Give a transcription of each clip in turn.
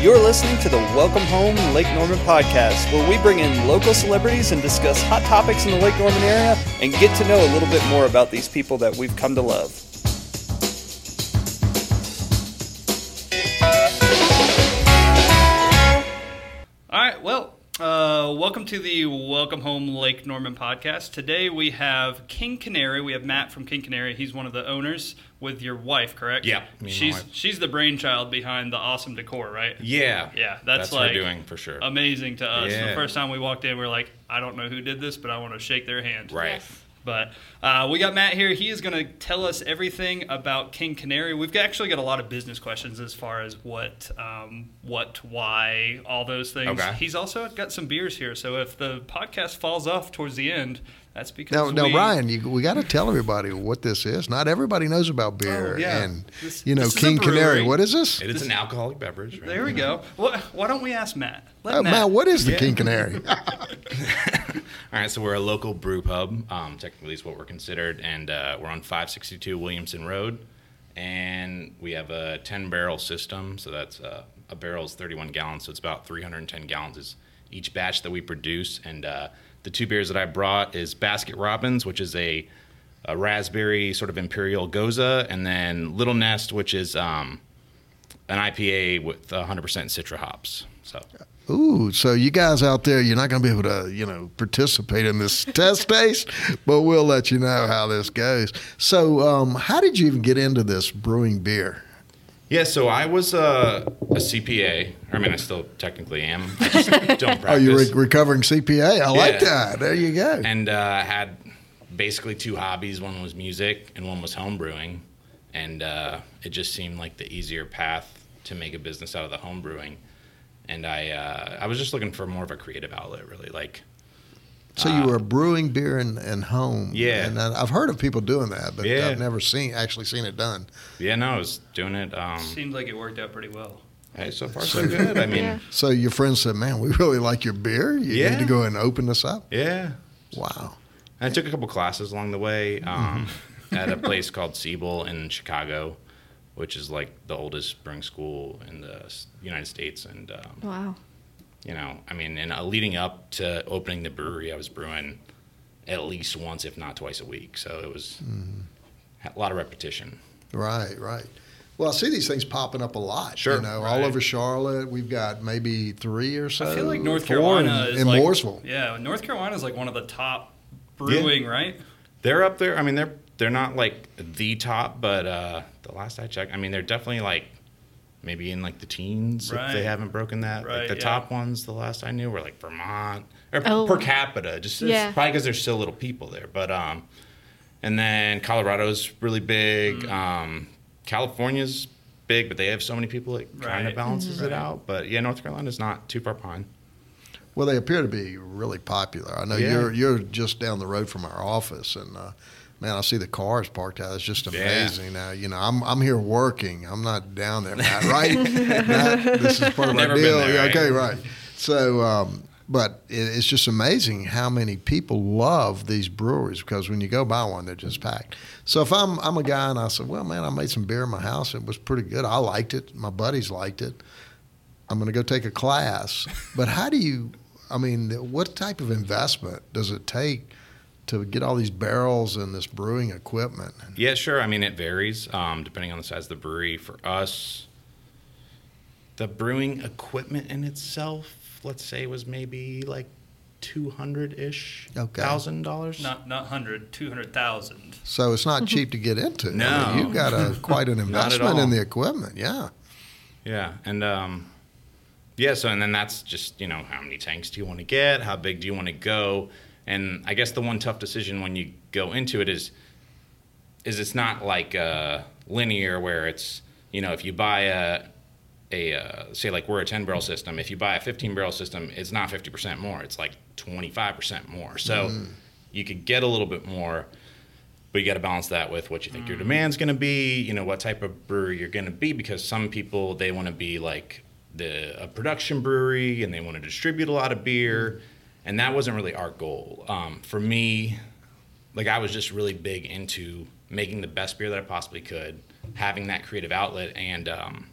You're listening to the Welcome Home Lake Norman podcast, where we bring in local celebrities and discuss hot topics in the Lake Norman area and get to know a little bit more about these people that we've come to love. All right, well, uh, welcome to the Welcome Home Lake Norman podcast. Today we have King Canary. We have Matt from King Canary. He's one of the owners with your wife, correct? Yeah, me and my she's wife. she's the brainchild behind the awesome decor, right? Yeah. Yeah, that's, that's like what we're doing for sure. Amazing to us. The Yeah. first time we walked in, we were like, I don't know who did this, but I want to shake their hand. right. But uh, we got Matt here. He is going to tell us everything about King Canary. We've actually got a lot of business questions as far as what, um, what, why, all those things. Okay. He's also got some beers here. So if the podcast falls off towards the end, that's because Now, now, we- Ryan, you, we got to tell everybody what this is. Not everybody knows about beer Oh, yeah. and This- you know this is a King brewery. Canary. What is this? It is an alcoholic beverage. Right? There we go. Wha why don't we ask Matt? Let Uh, Matt. Matt, what is the Yeah. King Canary? All right, so we're a local brew pub, um, technically is what we're considered, and uh, we're on 562 Williamson Road, and we have a 10 barrel system, so that's uh, a barrel is 31 gallons, so it's about 310 gallons is each batch that we produce, and uh, the two beers that I brought is Basket Robbins, which is a, a raspberry sort of imperial goza, and then Little Nest, which is um, an IPA with 100% citra hops. So Ooh, so you guys out there, you're not going to be able to, you know, participate in this test taste, but we'll let you know how this goes. So, um, how did you even get into this brewing beer? Yeah, so I was uh, a CPA. I mean, I still technically am. I just don't Uh, practice. Oh, you're re- recovering CPA. I like Yeah. that. There you go. and uh, I had basically two hobbies. One was music, and one was home brewing. And uh, it just seemed like the easier path to make a business out of the home brewing. And I, uh, I was just looking for more of a creative outlet, really. Like, so Uh, you were brewing beer and, and home. Yeah. and I- I've heard of people doing that, but Yeah. I've never seen actually seen it done. yeah, no, I was doing it. Um, Seems like it worked out pretty well. hey, so far so good. I mean, yeah. Yeah. So your friend said, "Man, we really like your beer. You Yeah. need to go and open this up." Wow. I took a couple classes along the way um, at a place called Siebel in Chicago, which is like the oldest brewing school in the s- United States. And, um, Wow. you know, I mean, and uh, leading up to opening the brewery, I was brewing at least once, if not twice a week. So it was a lot of repetition. Right, right. Well, I see these things popping up a lot. Sure, you know, right. all over Charlotte. We've got maybe three or so. I feel like North four Carolina Uh, in, is in like, Mooresville. Yeah, North Carolina is like one of the top brewing, right? They're up there. I mean, they're they're not like the top, but uh, the last I checked, I mean, they're definitely like maybe in like the teens if Right. they haven't broken that. Right, like the yeah. top ones, the last I knew, were like Vermont or p- Oh. per capita. Just it's Yeah. probably because there's still little people there. But um, and then Colorado's really big. Mm. Um, California's big, but they have so many people it kind Right. of balances Mm-hmm. it out. But yeah, North Carolina's not too far behind. Well, they appear to be really popular. I know Yeah. you're you're just down the road from our office, and uh, man, I see the cars parked out. It's just amazing. Now, you know, I'm I'm here working. I'm not down there, Matt. Right? Matt, this is part of my Never been deal. there, Yeah, right? Okay, right. So. Um, but it, it's just amazing how many people love these breweries because when you go buy one, they're just packed. So if I'm I'm a guy and I said, well, man, I made some beer in my house. It was pretty good. I liked it. My buddies liked it. I'm going to go take a class. But how do you, I mean, what type of investment does it take to get all these barrels and this brewing equipment? Yeah, sure. I mean, it varies um, depending on the size of the brewery. For us, the brewing equipment in itself, let's say, was maybe like two hundred ish Okay. thousand dollars. Not not 100, 200,000. So it's not cheap to get into. I mean, No. you've got a, quite an Not at investment in all. the equipment. Yeah. Yeah, and um, yeah. So and then that's just you know how many tanks do you want to get? How big do you want to go? And I guess the one tough decision when you go into it is is it's not like uh, linear where it's you know if you buy a a uh, say like we're a 10 barrel system if you buy a 15 barrel system it's not 50% more it's like 25% more so you could get a little bit more but you got to balance that with what you think your demand's going to be you know what type of brewery you're going to be because some people they want to be like the a production brewery and they want to distribute a lot of beer and that wasn't really our goal um, for me like I was just really big into making the best beer that I possibly could, having that creative outlet, and um,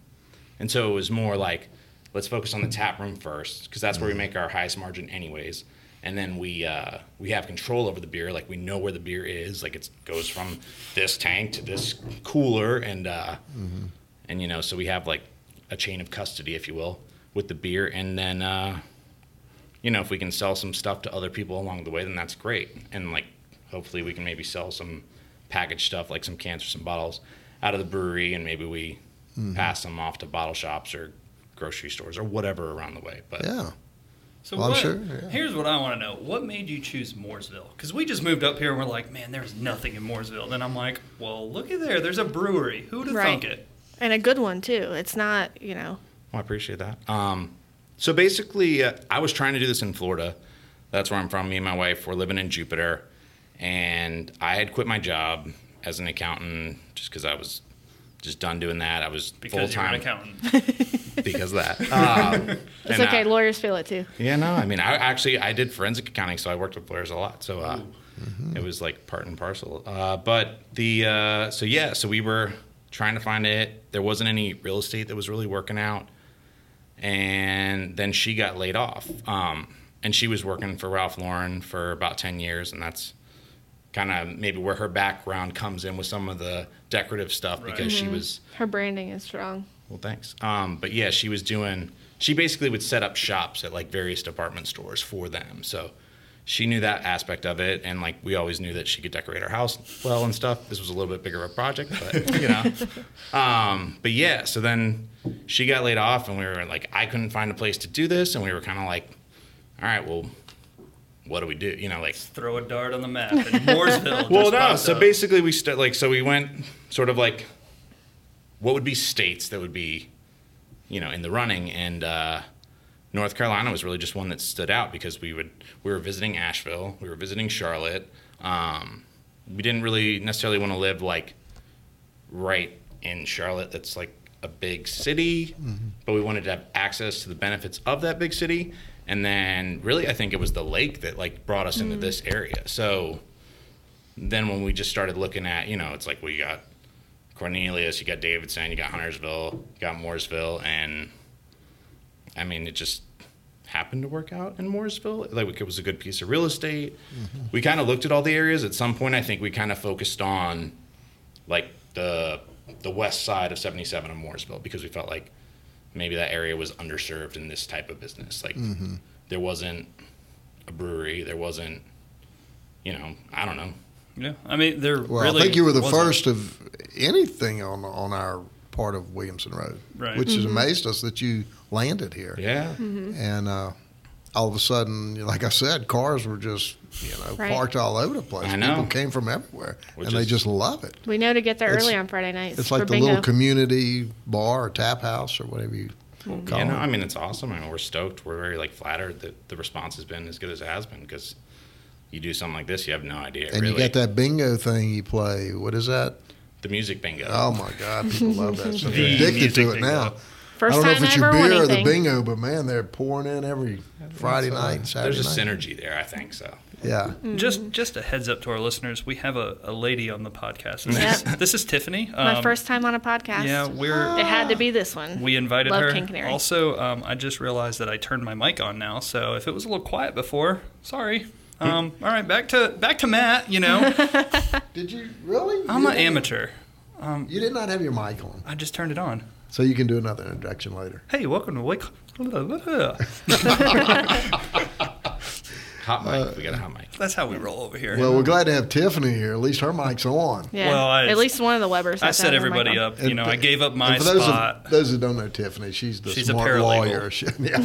and so it was more like let's focus on the tap room first because that's where we make our highest margin anyways and then we uh, we have control over the beer like we know where the beer is like it goes from this tank to this cooler and uh, and you know so we have like a chain of custody if you will with the beer and then uh, you know if we can sell some stuff to other people along the way then that's great and like hopefully we can maybe sell some packaged stuff like some cans or some bottles out of the brewery and maybe we pass them off to bottle shops or grocery stores or whatever around the way but Yeah. So Well, I'm what, sure, yeah. here's what I want to know. What made you choose Mooresville? Because we just moved up here and we're like, man, there's nothing in Mooresville. Then I'm like, well, looky there. There's a brewery. Who'd have Right. thunk it? and a good one too. It's not you know Well, I appreciate that. Um, so basically, uh, I was trying to do this in Florida. That's where I'm from. Me and my wife were living in Jupiter, and I had quit my job as an accountant just because I was just done doing that. I was full Because you're an time accountant. because of that. Um, it's and, okay. uh, lawyers feel it too. yeah, no. I mean, I actually I did forensic accounting, so I worked with lawyers a lot. So uh, it was like part and parcel. Uh, but the uh, so yeah, so we were trying to find it. There wasn't any real estate that was really working out, and then she got laid off. Um, and she was working for Ralph Lauren for about ten years, and that's kind of maybe where her background comes in with some of the decorative stuff Right. because she was Her branding is strong. well, thanks. Um, but yeah, she was doing. She basically would set up shops at like various department stores for them. So she knew that aspect of it, and like we always knew that she could decorate our house well and stuff. This was a little bit bigger of a project, but you know. um, but yeah, so then she got laid off, and we were like, I couldn't find a place to do this, and we were kind of like, all right, well, what do we do? You know, like Throw a dart on the map. And Mooresville. just well, no. popped So up. basically, we st- like so we went sort of like what would be states that would be, you know, in the running, and uh, North Carolina was really just one that stood out because we would we were visiting Asheville, we were visiting Charlotte. Um, we didn't really necessarily want to live like right in Charlotte. That's like a big city, but we wanted to have access to the benefits of that big city. And then, really, I think it was the lake that like brought us into this area. So then when we just started looking at, you know, it's like we got Cornelius, you got Davidson, you got Huntersville, you got Mooresville, and I mean, it just happened to work out in Mooresville. Like it was a good piece of real estate. We kind of looked at all the areas. At some point, I think we kind of focused on like the the west side of 77 of Mooresville because we felt like maybe that area was underserved in this type of business. Like there wasn't a brewery, there wasn't, you know, I don't know, Yeah. I mean, they're Well, really I think you were the wasn't- first of anything on on our part of Williamson Road, Right. which Mm-hmm. has amazed us that you landed here. Yeah. Mm-hmm. Mm-hmm. And uh, all of a sudden, like I said, cars were just you know Right. parked all over the place. I know. People came from everywhere, Which and they is- just love it. We know to get there It's- early on Friday nights. It's like for the bingo. little community bar or tap house or whatever you call You know, it. I mean, it's awesome. I mean, we're stoked. We're very like flattered that the response has been as good as it has been because you do something like this, you have no idea. and really. you got that bingo thing you play. What is that? the music bingo. Oh my God, people love that. So The they're addicted music to it now. bingo. I First don't know time if it's I your ever won beer or the anything. bingo, but man, they're pouring in every Friday uh, night, and Saturday There's a night. synergy there, I think. So Yeah. Mm-hmm. Just just a heads up to our listeners, we have a, a lady on the podcast. This, Yeah. is, this is Tiffany. My Um, first time on a podcast. Yeah, we're It had to be this one. we invited Love her. King Canary. Also, um, I just realized that I turned my mic on now, so if it was a little quiet before, sorry. Hmm. Um, all right, back to back to Matt. You know, Did you really? I'm You an didn't- amateur. You did not have your mic on, I just turned it on. so you can do another introduction later. Hey, welcome to Wake. hot mic. Uh, we got a hot mic. That's how we roll over here. Well, we're glad to have Tiffany here. At least her mic's on. yeah. well, I- at least one of the Webers. I has to set have their mic everybody on. up. You know, I gave up my And for those, spot. Of, those that don't know Tiffany, she's the She's a smart paralegal. lawyer. She- yeah.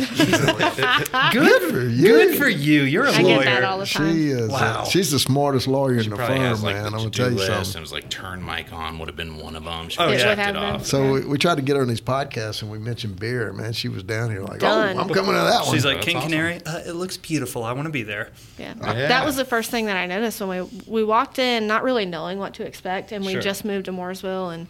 good for you. Good for you. You're a Ah. I lawyer. get that all the time. she is. uh, Wow. she's the smartest lawyer in the Probably firm, has like man. the I'm gonna to-do tell you list. something. And it was like turn mic on would have been one of them. She Oh, checked yeah. It would have it been. off. So we, we tried to get her on these podcasts, and we mentioned beer. Man, she was down here like, Done. "Oh, I'm coming to that one." She's like, That's King awesome. Canary, uh, it looks beautiful. I want to be there. Yeah. Yeah. That was the first thing that I noticed when we we walked in, not really knowing what to expect, and we Sure. just moved to Mooresville, and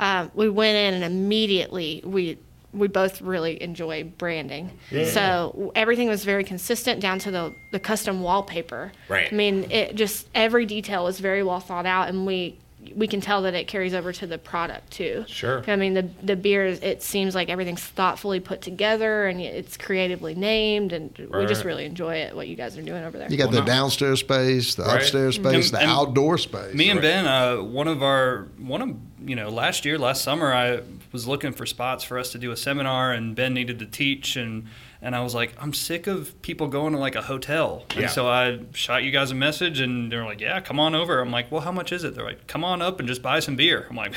um, we went in and immediately we we both really enjoy branding. So w- everything was very consistent down to the the custom wallpaper. Right. I mean, it just every detail was very well thought out, and we we can tell that it carries over to the product too. Sure. I mean, the the beer it seems like everything's thoughtfully put together and it's creatively named, and we just Right. really enjoy it. What you guys are doing over there. You got Well, the no. downstairs space, the Right. upstairs space, And- the and outdoor space. Me and Ben, uh, one of our one of you know last year, last summer, I was looking for spots for us to do a seminar, and Ben needed to teach, and and I was like, I'm sick of people going to like a hotel, Yeah. and so I shot you guys a message, and they're like, Yeah, come on over. I'm like, Well, how much is it? They're like, Come on up and just buy some beer. I'm like,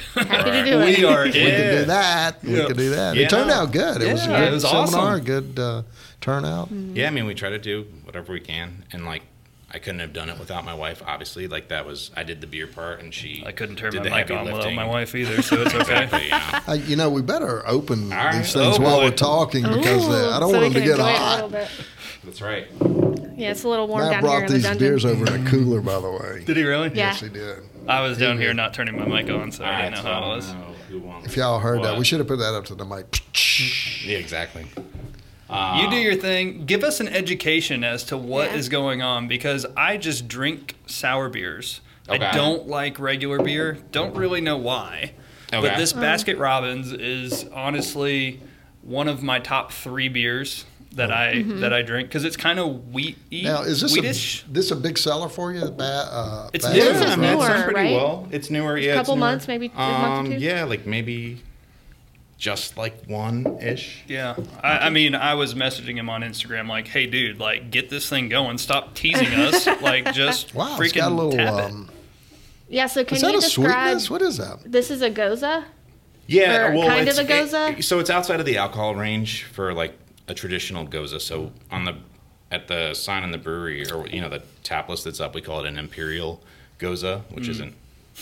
Happy to do it. We are we could in. do that. We Yeah. could do that. Yeah. It turned out good. It was a Yeah, good it was seminar, awesome. good uh, turnout. Mm. Yeah, I mean, we try to do whatever we can, and like, I couldn't have done it without my wife. Obviously, like that was I did the beer part, and she I couldn't turn my did the mic heavy on without lifting. my wife either, so it's okay. But, yeah. Uh, you know, we better open All right. these things Oh, while boy. we're talking because uh, I don't so we want them can to get enjoy it hot. A little That's right. bit. Yeah, it's a little warm Matt down here brought in the these dungeon. beers over in a cooler, by the way. Did he really? Yeah. Yes, he did. I was down here not turning my mic on, so I Alright, didn't know so how it was. don't know who wants If y'all heard that, what. we should have put that up to the mic. Yeah, exactly. Uh, You Um, do your thing. Give us an education as to what is Yeah. going on because I just drink sour beers. Okay. I don't like regular beer. Don't really know why. Okay. Mm. But this Basket Robbins is honestly one of my top three beers that Mm. I Mm-hmm. that I drink because it's kind of wheat. Now, is this wheatish? a, this a big seller for you? Ba- uh, It's Bass? new. This is I mean, it's done newer, pretty right? well. It's newer. Yeah, Couple it's newer. months, maybe a month or Um, two? Yeah, like maybe just like one ish. Yeah, I, I mean, I was messaging him on Instagram like, "Hey, dude, like, get this thing going. Stop teasing us. like, just Wow, freaking it's got a little. tap it." Um, Yeah, so can is that you a describe? sweetness? What is that? This is a goza. Yeah, Or well, kind it's, of a goza? it- so it's outside of the alcohol range for like a traditional goza. So on the at the sign in the brewery or you know the tap list that's up, we call it an imperial goza, which isn't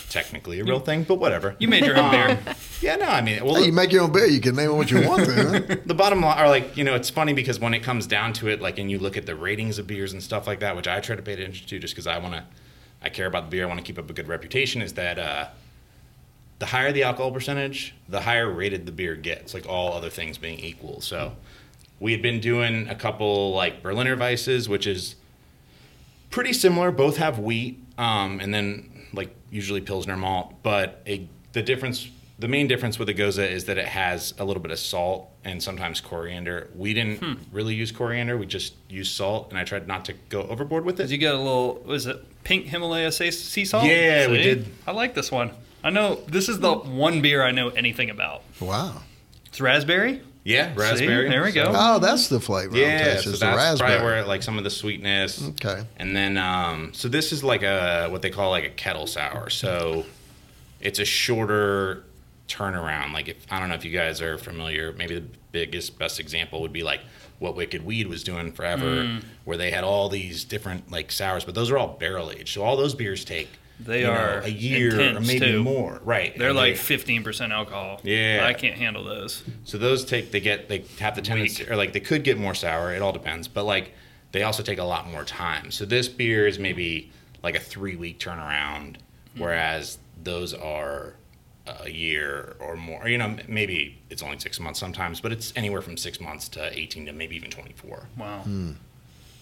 technically a real thing, but whatever. You made your own beer. yeah, no, I mean, well, Hey, you make your own beer. You can name it what you want. Then huh? the bottom line are like you know it's funny because when it comes down to it like and you look at the ratings of beers and stuff like that which i try to pay attention to just because i want to i care about the beer i want to keep up a good reputation is that uh the higher the alcohol percentage the higher rated the beer gets like all other things being equal so we had been doing a couple like berliner weisses which is pretty similar. Both have wheat, um, and then like usually pilsner malt. But a, the difference, the main difference with the goza is that it has a little bit of salt and sometimes coriander. We didn't Hmm. really use coriander; we just used salt, and I tried not to go overboard with Did it. you get a little? Was it pink Himalaya sea, sea salt? Yeah, we See? did. I like this one. I know this is the one beer I know anything about. wow. It's raspberry. Yeah, See? raspberry. There we go. Oh, that's the flavor. I'm Yeah, tasting, so is that's the probably raspberry. where like some of the sweetness. Okay. And then, um, so this is like a what they call like a kettle sour. So it's a shorter turnaround. Like if I don't know if you guys are familiar, maybe the biggest best example would be like what Wicked Weed was doing forever, Mm. where they had all these different like sours, but those are all barrel aged. So all those beers take They you know, are a year or intense, maybe too. more. Right. They're And like they- fifteen percent alcohol. Yeah. I can't handle those. so those take they get they have the tendency or like they could get more sour. It all depends, but like they also take a lot more time. So this beer is maybe like a three week turnaround, whereas those are a year or more. You know, m- maybe it's only six months sometimes, but it's anywhere from six months to eighteen to maybe even twenty four. Wow.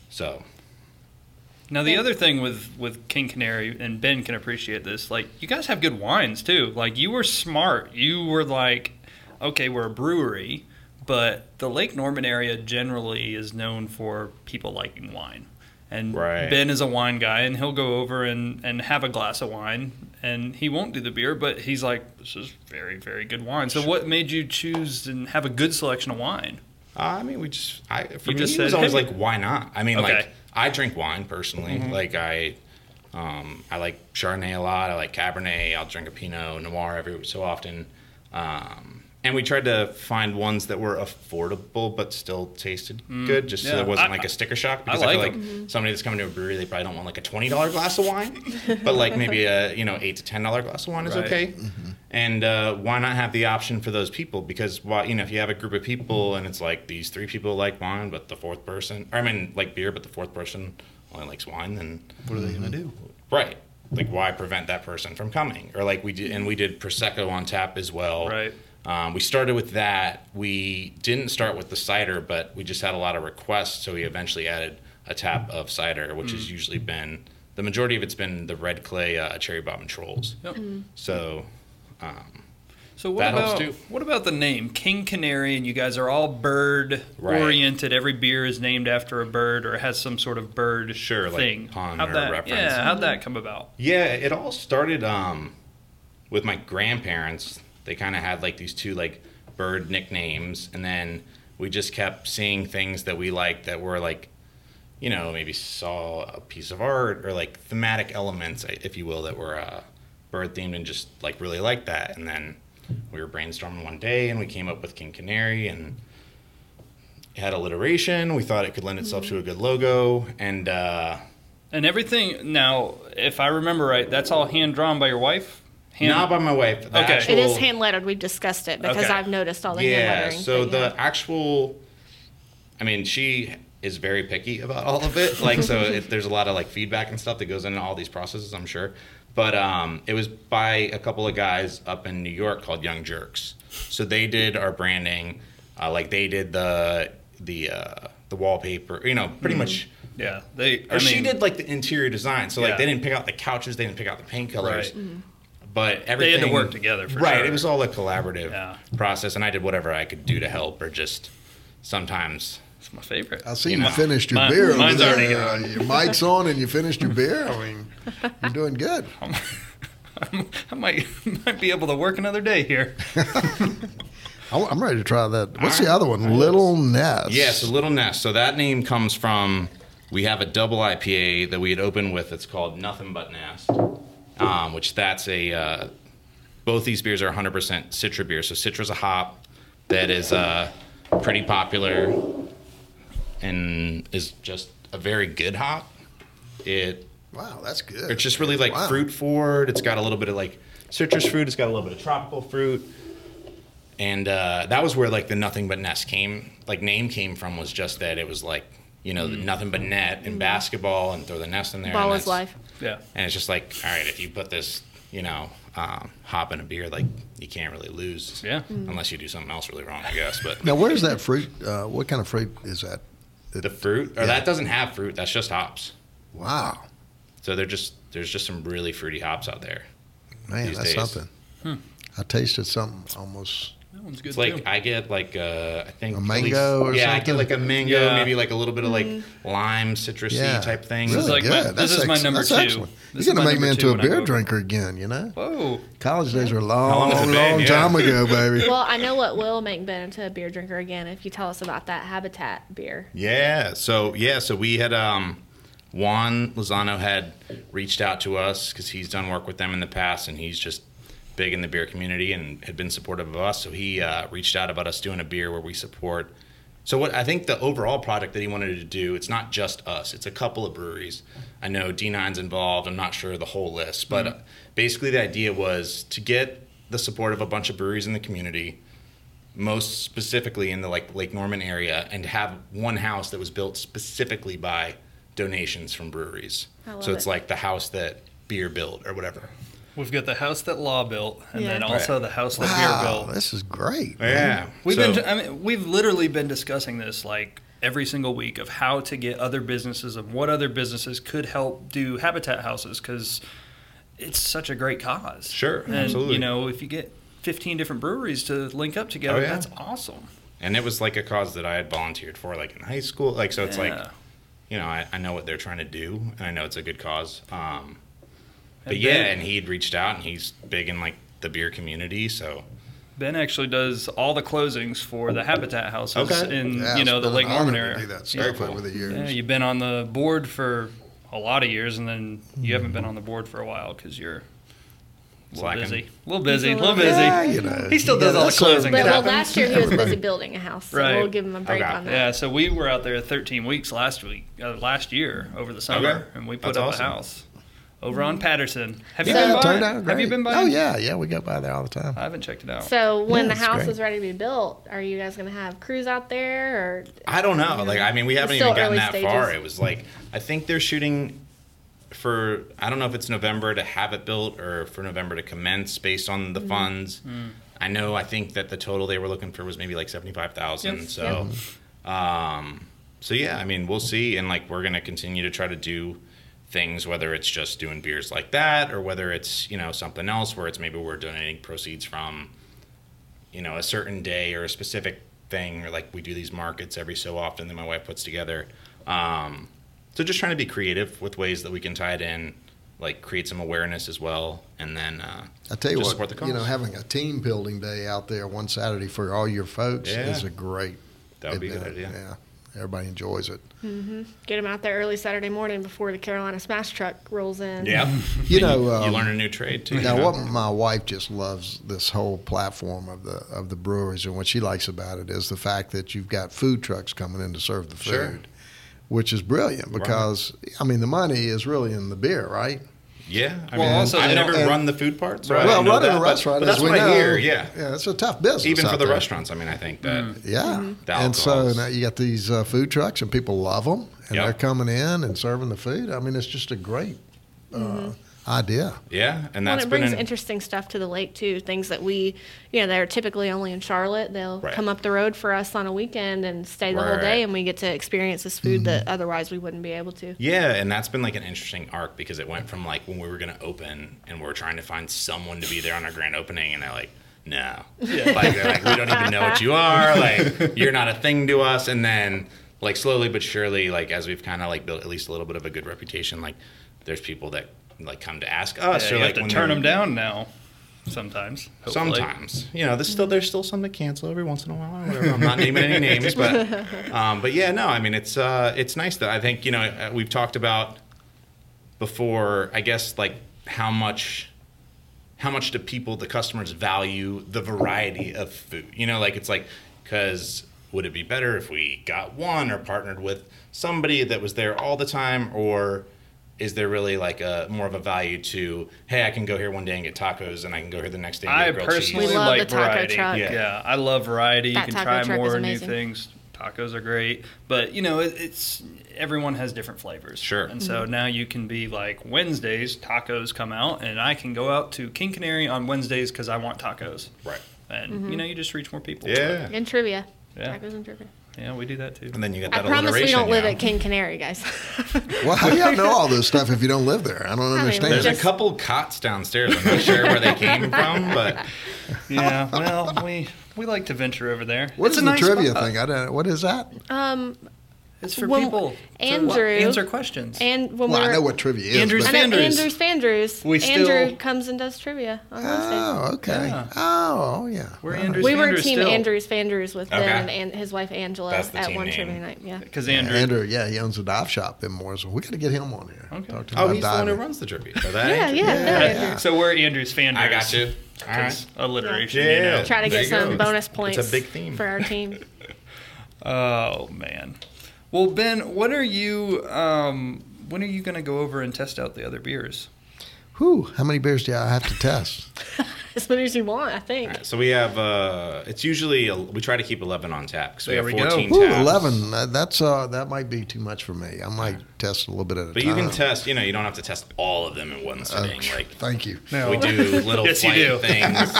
So Now the Yeah. other thing with with King Canary and Ben can appreciate this. Like you guys have good wines too. Like you were smart. You were like, okay, we're a brewery, but the Lake Norman area generally is known for people liking wine. And Right. Ben is a wine guy, and he'll go over and and have a glass of wine, and he won't do the beer, but he's like, this is very very good wine. So what made you choose and have a good selection of wine? Uh, I mean, we just I for You me just it was said, always "Hey." like, why not? I mean, Okay. Mm-hmm. like I drink wine personally. Like I, um, I like Chardonnay a lot. I like Cabernet. I'll drink a Pinot Noir every so often. Um, and we tried to find ones that were affordable but still tasted good, just so Mm, yeah. there wasn't I- like a sticker shock. I Because I, like feel like Mm-hmm. somebody that's coming to a brewery, they probably don't want like a twenty dollar glass of wine, but like maybe a you know eight to ten dollar glass of wine is Right. okay and uh, why not have the option for those people? Because why, you know, if you have a group of people and it's like these three people like wine, but the fourth person, or I mean, like beer, but the fourth person only likes wine, then what are they going to do? Right. Like, why prevent that person from coming? Or like we did, and we did prosecco on tap as well. Right. Um, we started with that. We didn't start with the cider, Mm. but we just had a lot of requests, so we eventually added a tap of cider, which has usually been the majority of it's been the red clay uh, cherry bomb and trolls. Yep. So, um, So what That helps about too. what about the name King Canary? And you guys are all bird Right. oriented. Every beer is named after a bird or has some sort of bird Sure, like thing. pun how'd or that, reference. Yeah, how'd that come about? Yeah, it all started um, with my grandparents. They kind of had like these two like bird nicknames, and then we just kept seeing things that we liked that were like, you know, maybe saw a piece of art or like thematic elements, i- if you will, that were uh, bird themed and just like really liked that. And then we were brainstorming one day, and we came up with King Canary, and it had alliteration. We thought it could lend itself Mm-hmm. to a good logo, and uh, And everything now, if I remember right, that's all hand drawn by your wife. Hand, not by my wife. the Okay. It is actual- hand lettered. We've discussed it because Okay. I've noticed all the hand yeah lettering. so that you the have. actual i mean she is very picky about all of it like so it, there's a lot of like feedback and stuff that goes into all these processes i'm sure but um, it was by a couple of guys up in new york called young jerks so they did our branding uh, like they did the the uh, the wallpaper you know pretty much Yeah, they. or I she mean, did like the interior design so like Yeah. they didn't pick out the couches they didn't pick out the paint colors Right. but everything work together for right sure. it was all a collaborative Yeah. process and i did whatever i could do to help or just sometimes It's my favorite. I see You you, know, finished your mine- beer. over mine's already there. Your mic's on and you finished your beer. I mean, you're doing good. I might might be able to work another day here. I- I'm ready to try that. What's the All right. other one? Little Ness. yes a little nest so that name comes from we have a double ipa that we had opened with it's called nothing but nest um, which that's a uh, both these beers are 100% citra beer so citra's a hop that is uh, pretty popular and is just a very good hop it Wow, that's good. It's just really like Wow. fruit forward. It's got a little bit of like citrus fruit. It's got a little bit of tropical fruit. And uh, that was where like the nothing but nest came, like name came from was just that it was like, you know, the nothing but net in basketball and throw the nest in there. Mm. Mm-hmm. ball and is that's- life. Yeah. And it's just like, all right, if you put this, you know, um, hop in a beer, like you can't really lose. Yeah. Unless you do something else really wrong, I guess. But Now, where's that fruit? Uh, what kind of fruit is that? the fruit, or that doesn't have fruit. That's just hops. Wow, So they're just, there's just some really fruity hops out there. man, These that's days. something. Hmm. I tasted something almost. That one's good It's like too. I get like uh, I think A at mango or yeah, I something? get like a mango, Yeah. maybe like a little bit of like lime, citrusy Yeah. type thing. Really is like good. my- that's this is my ex- number that's two. excellent. This is You're my gonna make number me into two a when I beer go- drinker again. You know, Whoa. college days are a long, long has long, it been? Yeah. time ago, baby. Well, I know what will make Ben into a beer drinker again if you tell us about that Habitat beer. Yeah. So yeah, so we had um, Juan Lozano had reached out to us because he's done work with them in the past, and he's just big in the beer community and had been supportive of us. So he uh, reached out about us doing a beer where we support. So what I think the overall project that he wanted to do, it's not just us; it's a couple of breweries. I know D9's involved. I'm not sure of the whole list, but uh Mm-hmm. basically the idea was to get the support of a bunch of breweries in the community most specifically in the like Lake Norman area, and to have one house that was built specifically by donations from breweries. I love so it's it. like the house that beer built or whatever. We've got the house that Law built, and Yeah. then also the house that Beer Wow, built. this is great. man. Yeah, We've So- been. I mean, we've literally been discussing this like every single week of how to get other businesses and what other businesses could help do habitat houses because it's such a great cause. Sure, and, absolutely. You know, if you get 15 different breweries to link up together, Oh, yeah. that's awesome. and it was like a cause that I had volunteered for, like in high school. Like so, it's like Yeah. you know, I, I know what they're trying to do, and I know it's a good cause. Um, but And yeah, Ben- and he'd reached out, and he's big in like the beer community, so. Ben actually does all the closings for the habitat houses Okay. in Yeah, you it's know the been Lake an honor Norman to area. do that Yeah. stuff over the years. Yeah, you've been on the board for a lot of years, and then you haven't been on the board for a while because you're a little Slacking. busy. A little busy. A a little little- busy. Yeah, you know, he still yeah, does all the that's sort of- closing But well, stuff. last year he was busy building a house, so Right. we'll give him a break Okay. on that. Yeah, so we were out there 13 weeks last week, uh, last year over the summer, Okay. and we put That's up awesome. a house over on Patterson. Have you So- been Yeah, by? it turned out Have you great. been by? Oh yeah, yeah, we go by there all the time. I haven't checked it out. So when Yeah, the it's house great. is ready to be built, are you guys going to have crews out there or I don't know. Like, I mean, we haven't It's still even gotten early that far. stages. It was like, I think they're shooting for, I don't know if it's November to have it built or for November to commence based on Mm-hmm. the funds. Mm. I know, I think that the total they were looking for was maybe like 75,000. Yep. So, um, so yeah, I mean, we'll see. And like, we're going to continue to try to do things, whether it's just doing beers like that or whether it's, you know, something else where it's maybe we're donating proceeds from, you know, a certain day or a specific thing, or like we do these markets every so often that my wife puts together. Um, so just trying to be creative with ways that we can tie it in, like create some awareness as well, and then uh, I tell you just what, support the cause. you know, having a team building day out there one Saturday for all your folks Yeah. is a great that would be a good event. idea. Yeah, everybody enjoys it. Get them out there early Saturday morning before the Carolina Smash Truck rolls in. Yeah, uh, You know, you, um, learn a new trade too. you Now, know? what my wife just loves this whole platform of the of the breweries, and what she likes about it is the fact that you've got food trucks coming in to serve the food, Sure. which is brilliant because I mean the money is really in the beer, right? Yeah, I Well, mean, also, I've they never don't- run the food part, so I well, don't know running that, a but- restaurant but is that's we what know, I hear. Yeah, yeah, it's a tough business, even out for the Mm-hmm. there. restaurants. I mean, I think that Mm. Yeah. The and so alcohols. now you got these uh, food trucks and people love them and Yep. they're coming in and serving the food. I mean, it's just a great uh, idea. yeah, and Well, that's it been brings an- interesting stuff to the lake too. Things that we, you know, they're typically only in Charlotte. They'll Right. come up the road for us on a weekend and stay the whole Right. Mm-hmm. day, and we get to experience this food that otherwise we wouldn't be able to. Yeah, and that's been like an interesting arc because it went from like when we were going to open and we are trying to find someone to be there on our grand opening, and they're like, no. Like, they're like, we don't even know what you are. Like, you're not a thing to us. And then, like, slowly but surely, like, as we've kind of like built at least a little bit of a good reputation, like, there's people that like come to ask us Yeah, or you like have to when turn they're- them down now. Sometimes. hopefully. Sometimes, you know, there's still there's still some that cancel every once in a while. Or whatever. I'm not naming any names, but um, but yeah, no, I mean it's uh, it's nice that I think you know uh, we've talked about before. I guess like how much how much do people the customers value the variety of food? You know, like it's like because would it be better if we got one or partnered with somebody that was there all the time or is there really like a more of a value to hey i can go here one day and get tacos and i can go here the next day and I get grilled cheese personally We love like the taco variety. truck. Yeah. Yeah. I love variety. That you can taco try truck is more new amazing. things. Tacos are great, but you know it, it's everyone has different flavors. Sure. And so Mm-hmm. now you can be like Wednesdays tacos come out, and I can go out to King Canary on Wednesdays because I want tacos. Right. And Mm-hmm. you know you just reach more people. Yeah. And trivia. Yeah. Tacos and trivia. Yeah, we do that too. And then you get I that promise we don't alliteration, live you at know. King Canary, guys. Well, how do y'all know all this stuff if you don't live there? I don't mean, understand. There's Just- a couple cots downstairs. I'm not sure where they came from, but yeah. Well, we we like to venture over there. what it's is a the nice trivia spot. thing? I don't. What is that? um, It's for Well, people to Andrew- answer questions. and when Well, we were, I know what trivia is. Andrew's but- I know Fandrews. Andrews Fandrews. We Andrew still- comes and does trivia on Wednesdays. Oh, okay. Yeah. Oh, yeah. We're Uh, All Andrew's We were Fandrews team still. Andrews Fandrews with Okay. them and, and his wife Angela That's the at team one name. trivia night. Yeah. because Yeah, Andrew. Andrew, yeah, he owns a dive shop in Mooresville. We got to get him on here. Okay. Talk to him oh, about he's the one who diving. runs the trivia. Yeah, yeah, no, Yeah. Andrew. So we're Andrew's Fandrews. I got you. All right. alliteration. Yeah. You know. Try to There get you go. some It's- bonus it's a points big theme. for our team. Oh man. Well, Ben, what are you? Um, when are you going to go over and test out the other beers? Whew, how many beers do I have to test? As many as you want, I think. So we have. Uh, it's usually a, we try to keep 11 on tap because we There have we go. 14 Ooh, taps. 11. Uh, That's uh, that might be too much for me. I might test a little bit at a But time. you can test. You know, you don't have to test all of them in one sitting. Like Thank you. No. we do little Yes, you flight do. things.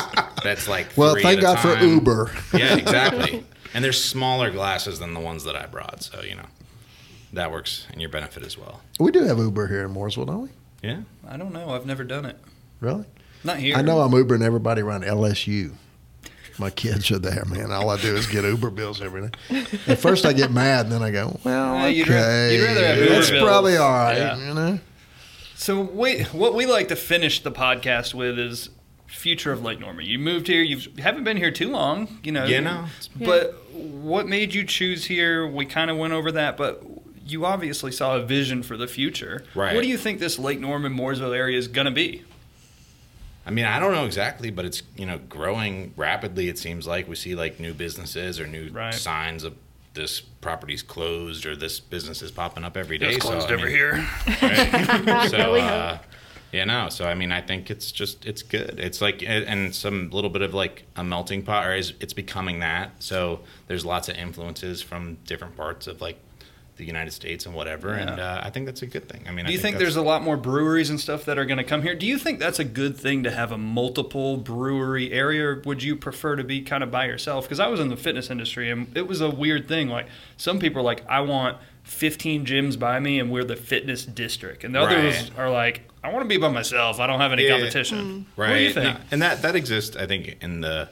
That's like Well, three thank at a God for time. Uber. yeah, exactly. And there's smaller glasses than the ones that I brought, so you know that works in your benefit as well. We do have Uber here in Mooresville, don't we? Yeah. I don't know. I've never done it. Really? Not here. I know I'm Ubering everybody around LSU. My kids are there, man. All I do is get Uber bills every day. At first, I get mad, and then I go, "Well, Uh, okay, you'd ra- you'd rather have Uber that's bills." probably all right." Yeah. You know, So wait, what we like to finish the podcast with is future of Lake Norman. You moved here. You haven't been here too long. You know. Yeah, no. But what made you choose here? We kind of went over that, but you obviously saw a vision for the future. Right. What do you think this Lake Norman Mooresville area is going to be? I mean, I don't know exactly, but it's you know growing rapidly. It seems like we see like new businesses or new Right. signs of this property's closed or this business is popping up every day. It's so, closed I over mean, here. right? so We uh, yeah no so i mean i think it's just it's good it's like and- and some little bit of like a melting pot or is, it's becoming that so there's lots of influences from different parts of like the united states and whatever and uh, i think that's a good thing i mean Do you think there's a lot more breweries and stuff that are going to come here? Do you think that's a good thing to have a multiple brewery area? Or would you prefer to be kind of by yourself? Because I was in the fitness industry and it was a weird thing. Like some people are like, I want 15 gyms by me, and we're the fitness district. And the Right. others are like, I want to be by myself. I don't have any Yeah. competition. right? What do you think? No, and that that exists, I think, in the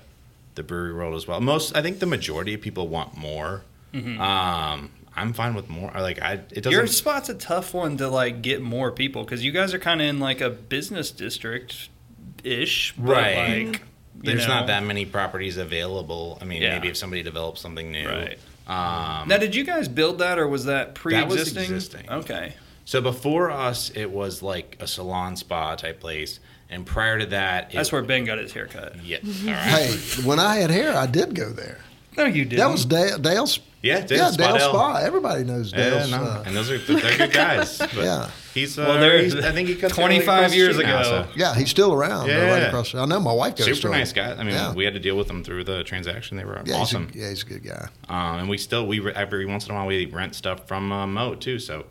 the brewery world as well. Most, I think, the majority of people want more. Mm-hmm. Um, I'm fine with more. I Like, I it doesn't. Your spot's a tough one to like get more people because you guys are kind of in like a business district ish, but, Right. Like, you there's know. not that many properties available. I mean, Yeah. maybe if somebody develops something new. Right. Um, Now, did you guys build that, or was that That was pre-existing? existing. Okay. so before us, it was like a salon spa type place, and prior to that, it, That's where Ben got his haircut. Yeah. All right. Hey, when I had hair, I did go there. No, you didn't. That was Dale, Dale's. Yeah, Dale's yeah, Spa Dale's Dale. Spa. Everybody knows Yeah, Dale's. no, uh, and those are they're good guys. But Yeah. he's uh, Well, they're- he's- I think he cuts hair right 25 across the years street now, ago. so. yeah, he's still around. uh, right Yeah. across. I know my wife goes Super to him. nice guy. I mean, Yeah. we had to deal with them through the transaction. They were Yeah, awesome. He's a, yeah, he's a good guy. Um, and we still we re- every once in a while we rent stuff from uh, Mo too. So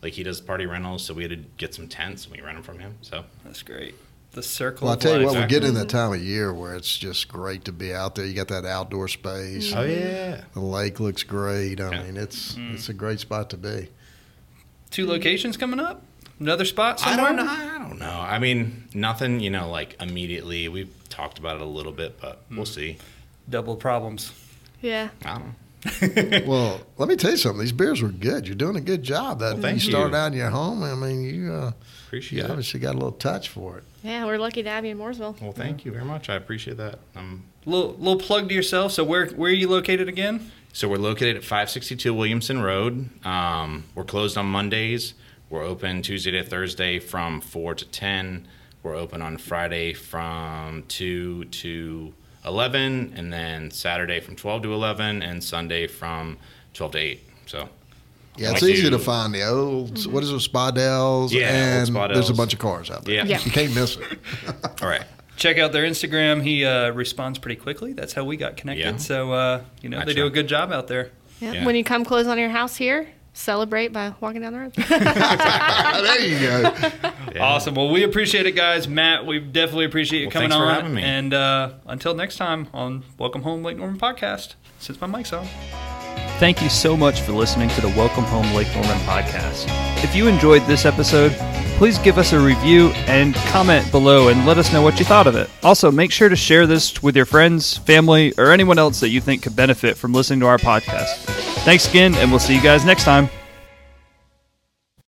like he does party rentals, so we had to get some tents and we rent them from him. So That's great. The circle. Well, I of tell you life. what, we're getting in that time of year where it's just great to be out there. You got that outdoor space. oh yeah, The lake looks great. I Yeah. Mm-hmm. mean, it's it's a great spot to be. Two locations coming up. Another spot I somewhere. don't know. I don't know. I mean, nothing. You know, like immediately we've talked about it a little bit, but Hmm. we'll see. Double problems. Yeah. I don't. know. Well, let me tell you something. These beers were good. You're doing a good job. That thank you start you. out in your home. I mean, you uh, you Appreciate it. obviously got a little touch for it. Yeah, we're lucky to have you in Mooresville. Well, thank you very much. I appreciate that. Um, Little little plug to yourself. So where where are you located again? So we're located at 562 Williamson Road. Um, we're closed on Mondays. We're open Tuesday to Thursday from 4 to 10. We're open on Friday from 2 to 11, and then Saturday from 12 to 11, and Sunday from 12 to 8. So Yeah, it's Like easy you. to find the old. What is it, Spadell's? Yeah, old and there's a Spadell's. bunch of cars out there. Yeah. Yeah. you can't miss it. all right, Check out their Instagram. He uh, responds pretty quickly. That's how we got connected. Yeah. So uh, you know I they try. do a good job out there. Yeah. Yeah. When you come close on your house here, celebrate by walking down the road. there you go. Yeah. Awesome. Well, we appreciate it, guys. Matt, we definitely appreciate you Well, coming thanks for on. having me. And uh, until next time on Welcome Home Lake Norman podcast. Since my mic's on. Thank you so much for listening to the Welcome Home Lake Norman podcast. If you enjoyed this episode, please give us a review and comment below and let us know what you thought of it. Also, make sure to share this with your friends, family, or anyone else that you think could benefit from listening to our podcast. Thanks again, and we'll see you guys next time.